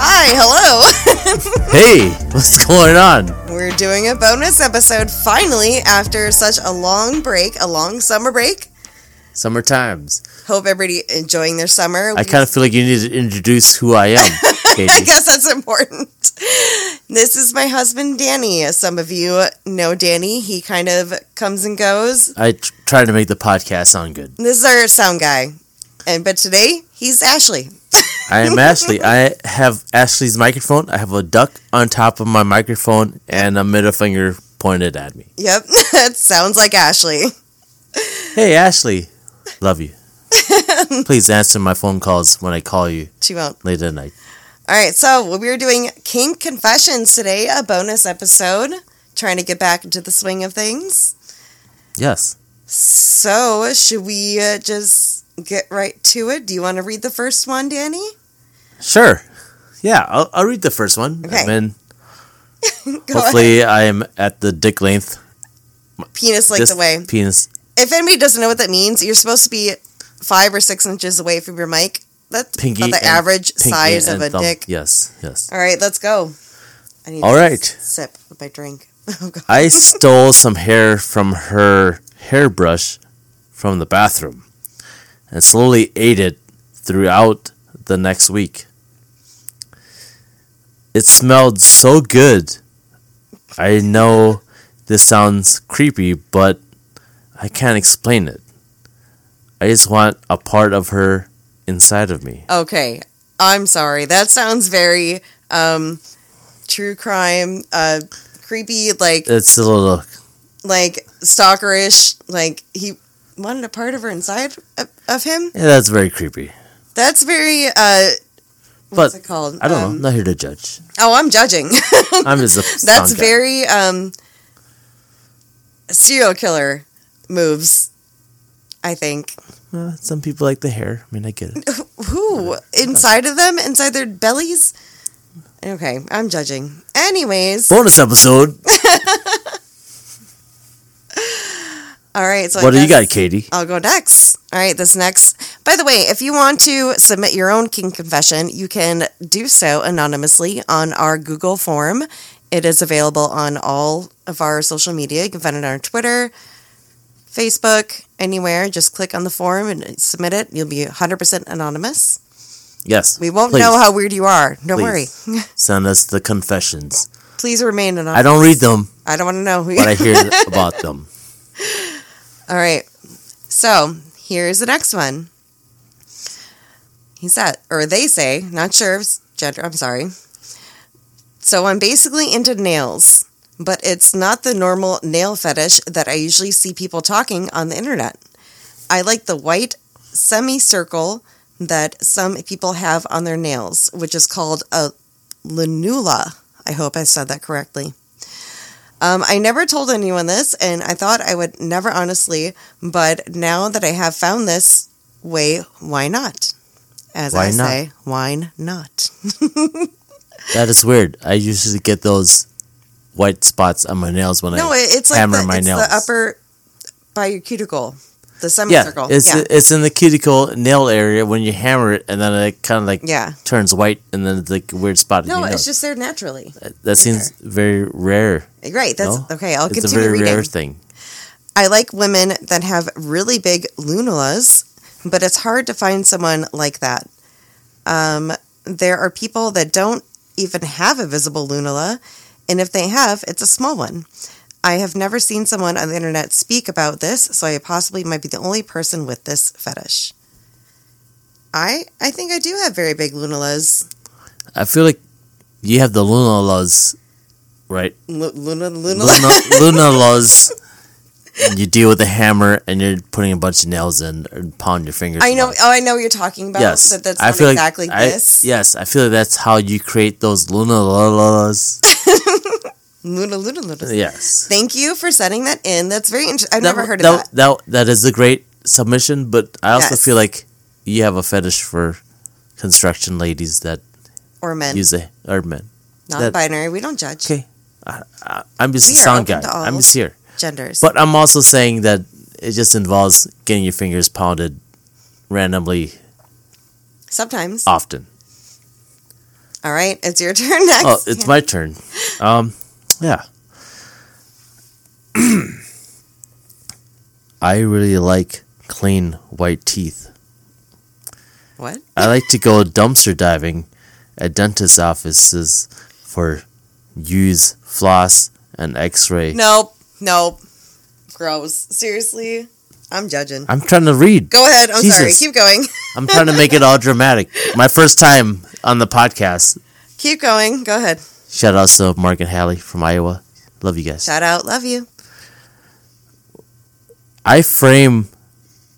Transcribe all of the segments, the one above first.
Hi, hello. Hey, what's going on? We're doing a bonus episode finally after such a long break, a long summer break. Summer times. Hope everybody enjoying their summer. I kind of feel like you need to introduce who I am, I Katie. guess that's important. This is my husband Danny. As Some of you know Danny. He kind of comes and goes. I tr- try to make the podcast sound good. This is our sound guy. And but today he's Ashley. I am Ashley. I have Ashley's microphone. I have a duck on top of my microphone and a middle finger pointed at me. Yep, that sounds like Ashley. Hey, Ashley. Love you. Please answer my phone calls when I call you She won't. late at night. All right, so we were doing kink confessions today, a bonus episode, trying to get back into the swing of things. Yes. So, should we uh, just get right to it? Do you want to read the first one, Danny? Sure. Yeah, I'll, I'll read the first one. Okay. And then Go hopefully I am at the dick length. ahead. Penis like This the way. Penis. If anybody doesn't know what that means, you're supposed to be five or six inches away from your mic. That's Pinky about and- the average pinky size of and a thumb. dick. Yes, yes. All right, let's go. I need All to right. sip of my drink. Oh, God. I stole some hair from her hairbrush from the bathroom and slowly ate it throughout the next week. It smelled so good. I know this sounds creepy, but I can't explain it. I just want a part of her inside of me. Okay. I'm sorry. That sounds very um true crime, uh creepy, like It's a little like stalkerish, like he wanted a part of her inside of, of him. yeah, that's very creepy. That's very uh what's But it called? I don't know. Um, I'm not here to judge. Oh, I'm judging. I'm just a That's sound guy. very um serial killer moves, I think. Uh, some people like the hair. I mean, I get it. Who? Inside of them? Inside their bellies? Okay, I'm judging. Anyways, Bonus episode. all right. So I what do you guess- got, Katie? I'll go next. All right, this next. By the way, if you want to submit your own kink confession, you can do so anonymously on our Google form. It is available on all of our social media. You can find it on our Twitter, Facebook, anywhere. Just click on the form and submit it. You'll be 100% anonymous. Yes. We won't please. know how weird you are. Don't Please. worry. Send us the confessions. Please remain anonymous. I don't read them, I don't want to know who you but I hear about them. All right. So here's the next one. He said, or they say, not sure if it's gender, I'm sorry. So I'm basically into nails, but it's not the normal nail fetish that I usually see people talking on the internet. I like the white semicircle that some people have on their nails, which is called a lanula. I hope I said that correctly. Um, I never told anyone this, and I thought I would never honestly, but now that I have found this way, why not? As Why I not? say, why not? That is weird. I usually get those white spots on my nails when No, I it, it's like hammer the, my it's nails. the upper by your cuticle, the yeah, semicircle. it's yeah, it's in the cuticle nail area when you hammer it, and then it kind of like yeah. turns white, and then it's like a weird spot. in No, your nail. it's just there naturally. that seems very rare. Right. That's No, okay. I'll it's a continue very reading. rare thing. I like women that have really big lunulas, but it's hard to find someone like that. Um, there are people that don't even have a visible lunula, and if they have, it's a small one. I have never seen someone on the internet speak about this, so I possibly might be the only person with this fetish. I I think I do have very big lunulas. I feel like you have the lunalas, right? Lu- luna, lunula. Luna, Luna laws. You deal with a hammer and you're putting a bunch of nails in and pound your fingers. I know. along. Oh, I know what you're talking about. Yes, but that's I not feel exactly like, I- this. yes, I feel like that's how you create those Luna laws. Luna, luna, luna. Yes, Thank you for setting that in. That's very interesting. I've never heard of that. that. That that is a great submission, but I also Yes. feel like you have a fetish for construction ladies that or men, use a or men. non-binary. we don't judge Okay, I, I, I'm just a We are sound guy. open to all. I'm just here, genders. but I'm also saying that it just involves getting your fingers pounded randomly Sometimes. often. All right, it's your turn next. Oh, it's my turn. Um, yeah. I really like clean white teeth. what? I like to go dumpster diving at dentist offices for use, floss, and x ray. Nope, nope. Gross. Seriously, I'm judging. I'm trying to read. Go ahead. I'm sorry. Uh, Jesus. Keep going. I'm trying to make it all dramatic. My first time on the podcast. Keep going. Go ahead. Shout outs to Mark and Hallie from Iowa. Love you guys. Shout out. Love you. I frame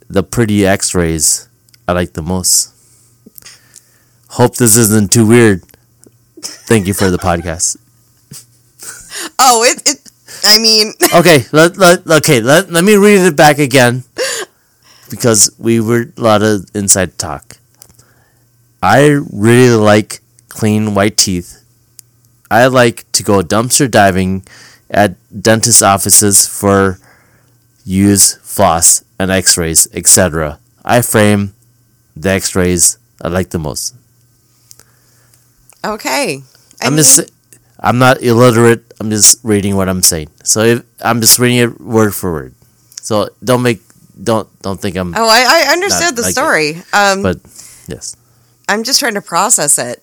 the pretty x rays I like the most. Hope this isn't too weird. Thank you for the podcast. Oh, it. it I mean, Okay, let, let, okay, let, let me read it back again because we were a lot of inside talk. I really like clean white teeth. I like to go dumpster diving at dentist offices for use floss and x rays, etc. I frame the x rays I like the most. okay. I I'm mean, just, I'm not illiterate. I'm just reading what I'm saying. So if, I'm just reading it word for word. So don't make, don't, don't think I'm. Oh, I, I understood Not the like it. story. Um, But yes, I'm just trying to process it.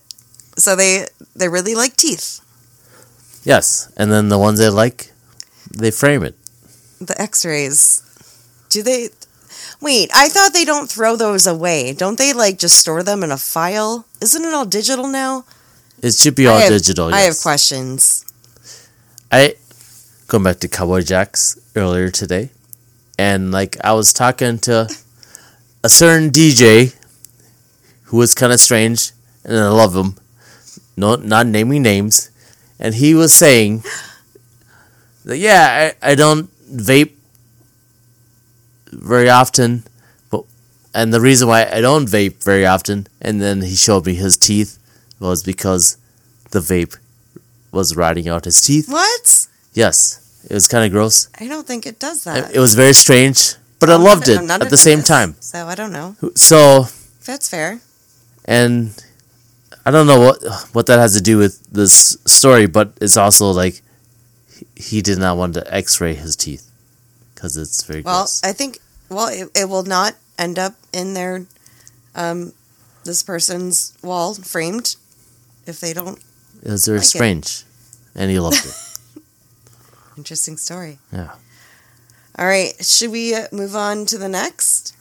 So they they really like teeth. yes. And then the ones I like, they frame it. The X-rays. Do they? Wait, I thought they don't throw those away. Don't they like just store them in a file? Isn't it all digital now? It should be all I have, digital. I have Yes. questions. I going back to Cowboy Jacks earlier today, and like I was talking to a certain DJ who was kind of strange, and I love him. No, not naming names, and he was saying that yeah, I, I don't vape very often, but and the reason why I don't vape very often, and then he showed me his teeth was because the vape was rotting out his teeth. What? Yes, it was kind of gross. I don't think it does that. It it was very strange, but I I'm not- loved it I'm not at a the same dentist, time. So I don't know. So, That's fair. and I don't know what what that has to do with this story, but it's also like he- he did not want to X-ray his teeth because it's very Well, gross. I think well it, it will not end up in their um this person's wall framed if they don't. It was very like it. strange, and he loved it. Interesting story. Yeah. All right, should we uh, move on to the next?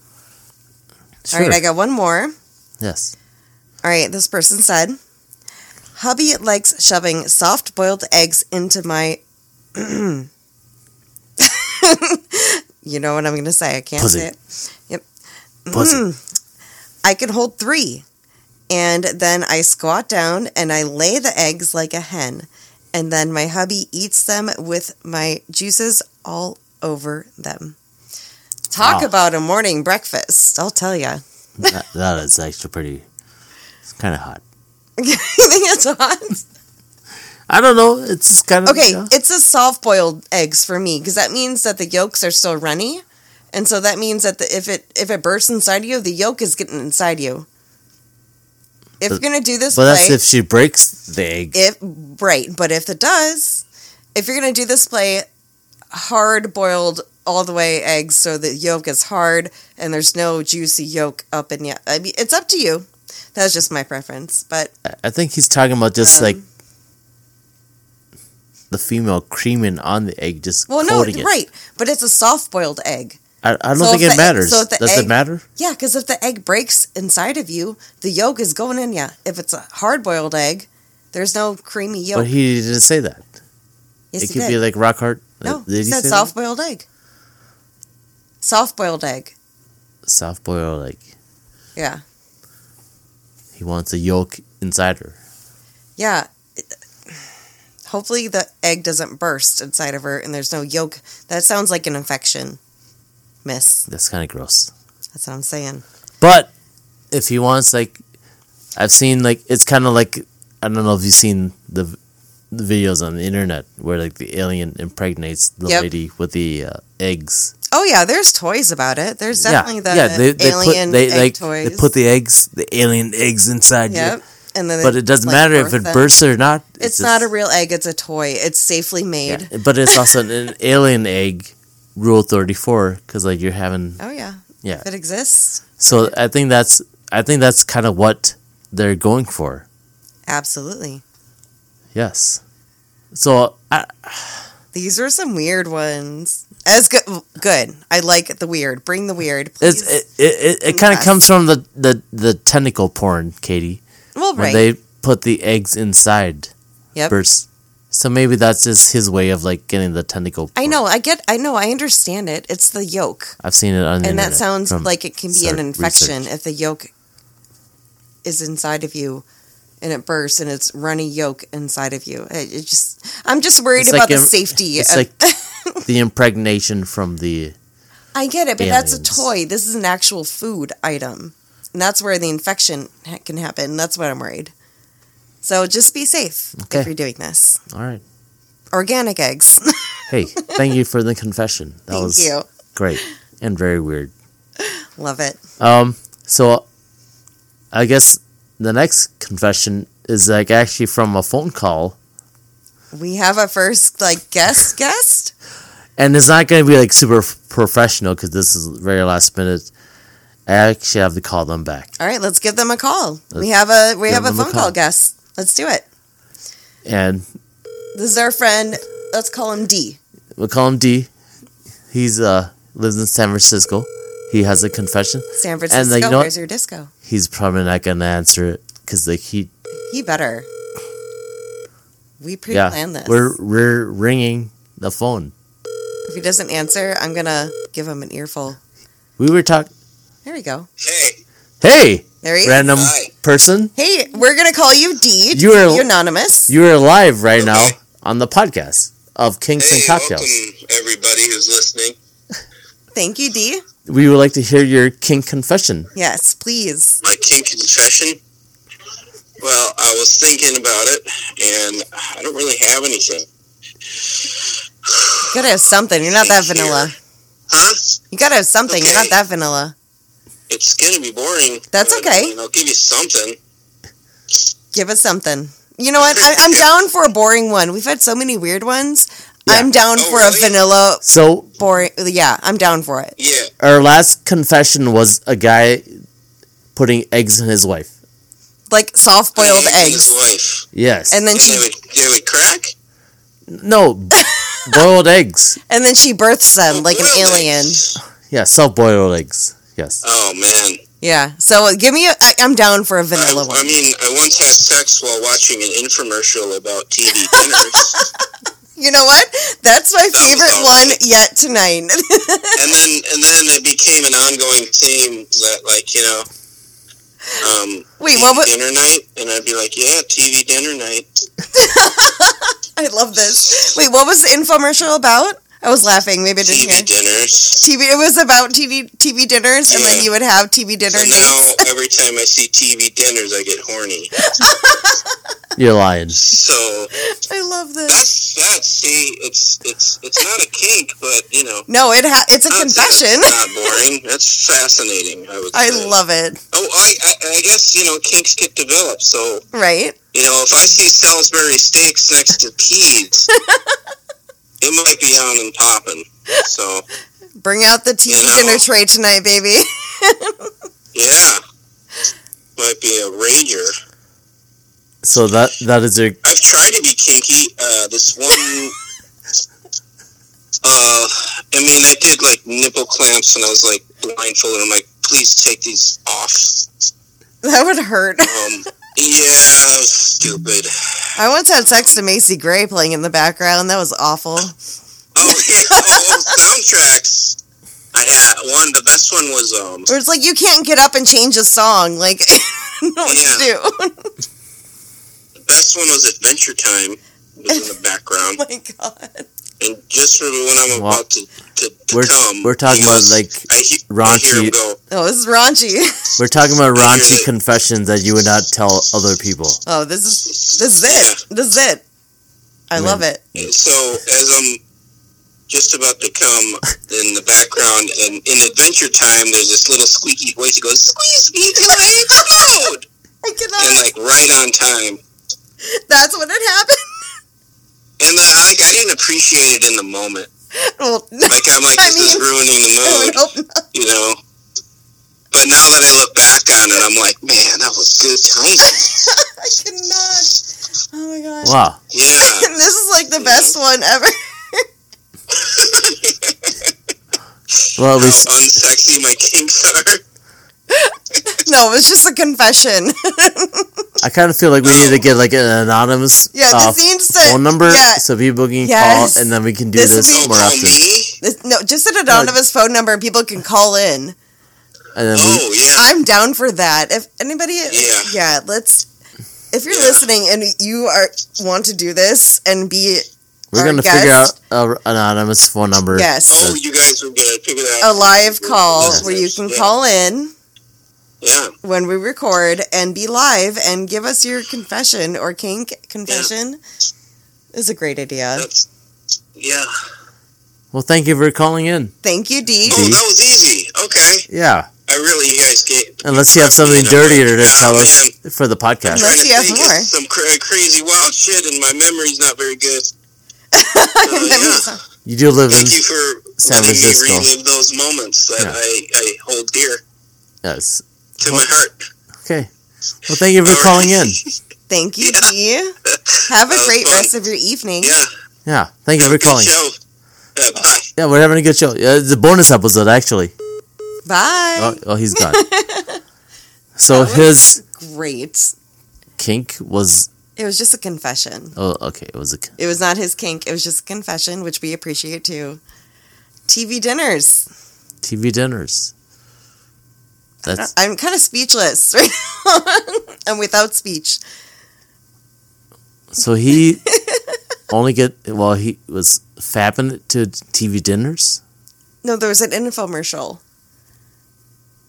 Sure. All right, I got one more. yes. All right, this person said, "Hubby likes shoving soft-boiled eggs into my." you know what I'm going to say? I can't Pussy. say it. Yep. Mm, Pussy. I can hold three, and then I squat down and I lay the eggs like a hen, and then my hubby eats them with my juices all over them. Talk Wow. about a morning breakfast! I'll tell you. that, that is actually pretty. It's kind of hot. you think it's hot? I don't know. It's just kind of Okay, it's a soft boiled eggs for me because that means that the yolks are still runny, and so that means that the, if it if it bursts inside you, the yolk is getting inside you. If But- you're gonna do this But that's play, if she breaks the egg. if right, but if it does, if you're gonna do this play, hard boiled all the way eggs so the yolk is hard and there's no juicy yolk up in yet. I mean, it's up to you. That's just my preference, but I- I think he's talking about just Um, like the female creaming on the egg, just well, no, coating it. right? But it's a soft boiled egg. I, I don't So think if it the- matters. so if the Does egg- it matter? Yeah, because if the egg breaks inside of you, the yolk is going in you. If it's a hard boiled egg, there's no creamy yolk. But he didn't say that. yes, it he could did. be like rock hard. no, did he said say soft boiled egg. Soft boiled egg. that? soft boiled like Yeah. he wants a yolk inside her. Yeah. It- Hopefully the egg doesn't burst inside of her and there's no yolk. That sounds like an infection, miss. That's kind of gross. That's what I'm saying. But if he wants, like, I've seen, like, it's kind of like I don't know if you've seen the, v- the videos on the internet where like the alien impregnates the Yep. lady with the uh, eggs. Oh yeah, there's toys about it. There's definitely the alien put, they, egg like, toys. They put the eggs, the alien eggs inside yep. you. And then But they, it doesn't like, matter if birth it them. bursts or not. It's, not a just- real egg. It's a toy. It's safely made. yeah. But it's also an alien egg. Rule thirty four, because like you're having Oh yeah. yeah. If it exists, So I think that's I think that's kind of what they're going for. absolutely. Yes. So I, These are some weird ones. As good, good. I like the weird. Bring the weird. Please. it's, it it, it, it kind of Yes. comes from the, the the tentacle porn, Katie, well, right. when they put the eggs inside yep. birds. So maybe that's just his way of like getting the tentacle. I porn. know. I get. I know. I understand it. It's the yolk, I've seen it on the and that internet sounds from- like it can be cert- an infection research. if the yolk is inside of you, and it bursts, and it's runny yolk inside of you. It, it just. I'm just worried It's about like the im- safety. It's of- like the impregnation from the I get it, but aliens. that's a toy. This is an actual food item, and that's where the infection ha- can happen. That's what I'm worried. So just be safe Okay. if you're doing this. all right. Organic eggs. Hey, thank you for the confession. That Thank was you. great and very weird. Love it. Um, so I guess the next confession is like actually from a phone call, We have a first like guest guest. and it's not going to be like super f- professional because this is very last minute. I actually have to call them back, All right, let's give them a call. we have a we have give a them a phone call call. guest. Let's do it. and This is our friend. Let's call him D. we'll call him D. He's uh lives in San Francisco. He has a confession. San like, you Francisco. know what? Where's your disco? He's probably not going to answer it because like he He better. We yeah pre-planned this. we're we're ringing the phone. If he doesn't answer, I'm gonna give him an earful. We were talking. There we go. Hey, Hey, There he is. random Hi. person. Hey, we're gonna call you D. You are- You're anonymous. You are live right now on the podcast of Kingston hey, Cocktails. welcome everybody who's listening. Thank you, D. We would like to hear your kink confession. Yes, please. My kink confession. Well, I was thinking about it, and I don't really have anything. gotta have something. You're not that vanilla. Huh? You gotta have something. You're not Okay. that vanilla. It's gonna be boring. That's but, okay. I mean, I'll give you something. Give us something. You know what? I, I'm down for a boring one. We've had so many weird ones. Yeah. I'm down Oh, for really? a vanilla So, boring. Yeah, I'm down for it. Yeah. our last confession was a guy putting eggs in his wife. Like soft boiled His eggs. Wife. Yes. And then And they she would, they would crack. no, b- boiled eggs. and then she births them like an Boiled alien. eggs. Yeah, self boiled eggs. Yes. Oh man. Yeah. So uh, give me a. I, I'm down for a I, vanilla I one. mean, I once had sex while watching an infomercial about TV dinners, You know what? That's my was favorite one alright. yet tonight. and then and then it became an ongoing theme that, like, you know. Um, Wait, TV what was? dinner night? And I'd be like, yeah, TV dinner night. I love this. Wait, what was the infomercial about? I was laughing. Maybe I didn't TV hear. dinners. TV. It was about TV TV dinners, and then Yeah. you would have TV dinner So dates. now every time I see TV dinners, I get horny. You're lying. So I love this. that's that. See, it's it's it's not a kink, but you know, No, it ha- it's a not that it's confession. not boring. That's fascinating. I would. I say. love it. Oh, I, I I guess you know kinks get developed. So Right? you know, if I see Salisbury steaks next to peas, it might be on and popping. So Bring out the TV You know. dinner tray tonight, baby. yeah, might be a rager. So that that is your I've tried to be kinky. Uh, this one, uh, I mean, I did like nipple clamps, and I was like blindfolded. I'm like, please take these off. that would hurt. Um, yeah, that was stupid. I once had sex to Macy Gray playing in the background. That was awful. Oh yeah, oh, soundtracks. I had one. The best one was um. Or it's like you can't get up and change a song. Like, Oh I don't know what to do. The best one was Adventure Time. It Was in the background. Oh my god. And just remember when I'm Wow. about to, to, to We're- come. we're talking about, because like, I he- I hear raunchy- him go, Oh, this is raunchy. We're talking about Hear raunchy it. confessions that you would not tell other people. Oh, this is this is it. This is it. I Man. love it. And so as I'm just about to come in the background, and in Adventure Time, there's this little squeaky voice that goes, "Squeeze me till I explode," I and cannot. like right on time. That's when it happened. And then I like I didn't appreciate it in the moment. Well, Like I'm like, I this is mean, ruining I the mood, would hope not. you know. But now that I look back on it, I'm like, man, that was good timing. I cannot. Oh my gosh. Wow. Yeah. This is like the best one ever. Well, at How least unsexy my kinks are. No, it was just a confession. I kind of feel like we need to get like an anonymous Yeah, uh, this needs to. phone number Yeah. so people can Yes. call and then we can do This this, would be- Don't more call often. Oh, me. This, no, just an anonymous phone number and people can call in. And then we, Oh yeah. I'm down for that. If anybody, Yeah. yeah let's. If you're Yeah. listening and you are want to do this and be we're our gonna guest- figure out a an anonymous phone number. yes Oh, you guys were gonna figure that a out. live call where you can Yeah. call in Yeah. when we record and be live and give us your confession or kink confession is a great idea. That's yeah. Well, thank you for calling in. Thank you, Dee. Oh, that was easy. Okay, Yeah. I really you guys get. Unless you have something Yeah. dirtier to Oh, tell man. us for the podcast. Unless you Trying to have think more. of Some cra- crazy wild shit, and my memory's not very good. I Uh, remember yeah. some- You do live in Thank you for San letting Francisco. me relive those moments that Yeah. I, I hold dear Yes. to my heart. Okay. Well, thank you All for calling in. right. Thank you, Yeah. Dee. Have a was great fun. rest of your evening. Yeah. Yeah. Thank you Have for a good calling. show. Uh, bye. Yeah, we're having a good show. Yeah, it's a bonus episode actually. Bye. Oh, oh he's gone. so That was his Great. kink was It was just a confession. oh okay it was a It was not his kink. It was just a confession, which we appreciate too. TV dinners. TV dinners. That's I'm kind of speechless right now. I'm without speech. Uh. so he only get well he was fapping it to TV dinners. No, there was an infomercial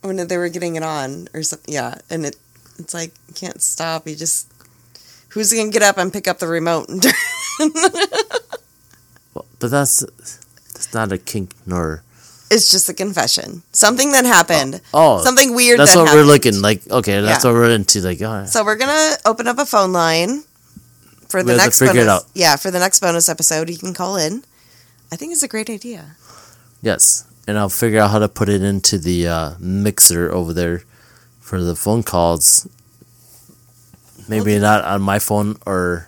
when they were getting it on or something. Yeah, and it it's like you can't stop. You just who's gonna get up and pick up the remote? Well, but that's that's not a kink nor it's just a confession. Something that happened. oh something weird. that's that what happened. we're looking like. Okay, that's Yeah. what we're into. Like oh, So we're gonna open up a phone line for the We have to next figure it bonus. out. Yeah, for the next bonus episode, you can call in. I think it's a great idea. yes, and I'll figure out how to put it into the uh, mixer over there for the phone calls. Maybe not on my phone or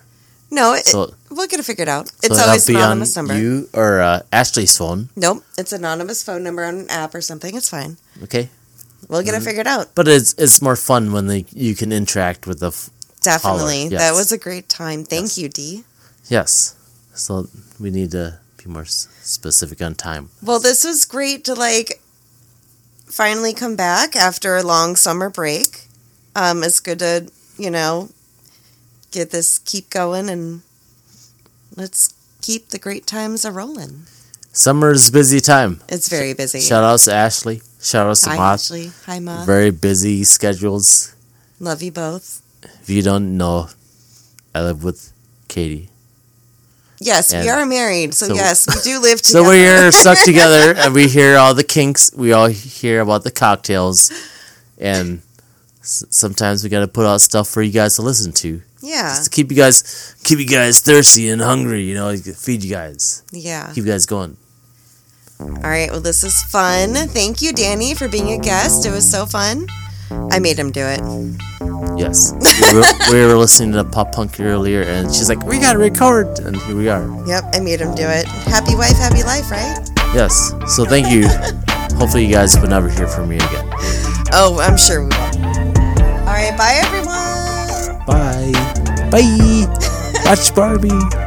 No, it, so. we'll get it figured out. It's so always that'll be on anonymous number. you or uh, Ashley's phone. Nope, it's anonymous phone number on an app or something. It's fine. Okay, We'll Mm-hmm. get it figured out. but it's it's more fun when they you can interact with the f- Definitely. Holler, That yes. was a great time. Thank you, Dee. Yes. So we need to be more s- specific on time. Well, this was great to like finally come back after a long summer break. Um, it's good to, you know, get this keep going and let's keep the great times a rolling. Summer's busy time. It's very busy. Shout outs to Ashley. Shout outs to Hi, Mott. Ashley. Hi, Ma. Very busy schedules. Love you both. If you don't know, I live with Katie. Yes, we And- are married, so, so- yes, we do live So together. we're here stuck together and we hear all the kinks. We all hear about the cocktails. And s- sometimes we got to put out stuff for you guys to listen to. yeah, Just to keep you guys keep you guys thirsty and hungry, you know, feed you guys. yeah. Keep you guys going. All right, well, this is fun. Thank you, Danny, for being a guest. It was so fun. I made him do it. Yes. We were, we were listening to pop punk earlier, and she's like, "We gotta record," and here we are. Yep, I made him do it. Happy wife, happy life, right? Yes. So thank you. Hopefully, you guys will never hear from me again. Oh, I'm sure we will. All right, bye everyone. Bye. Bye. Watch Barbie.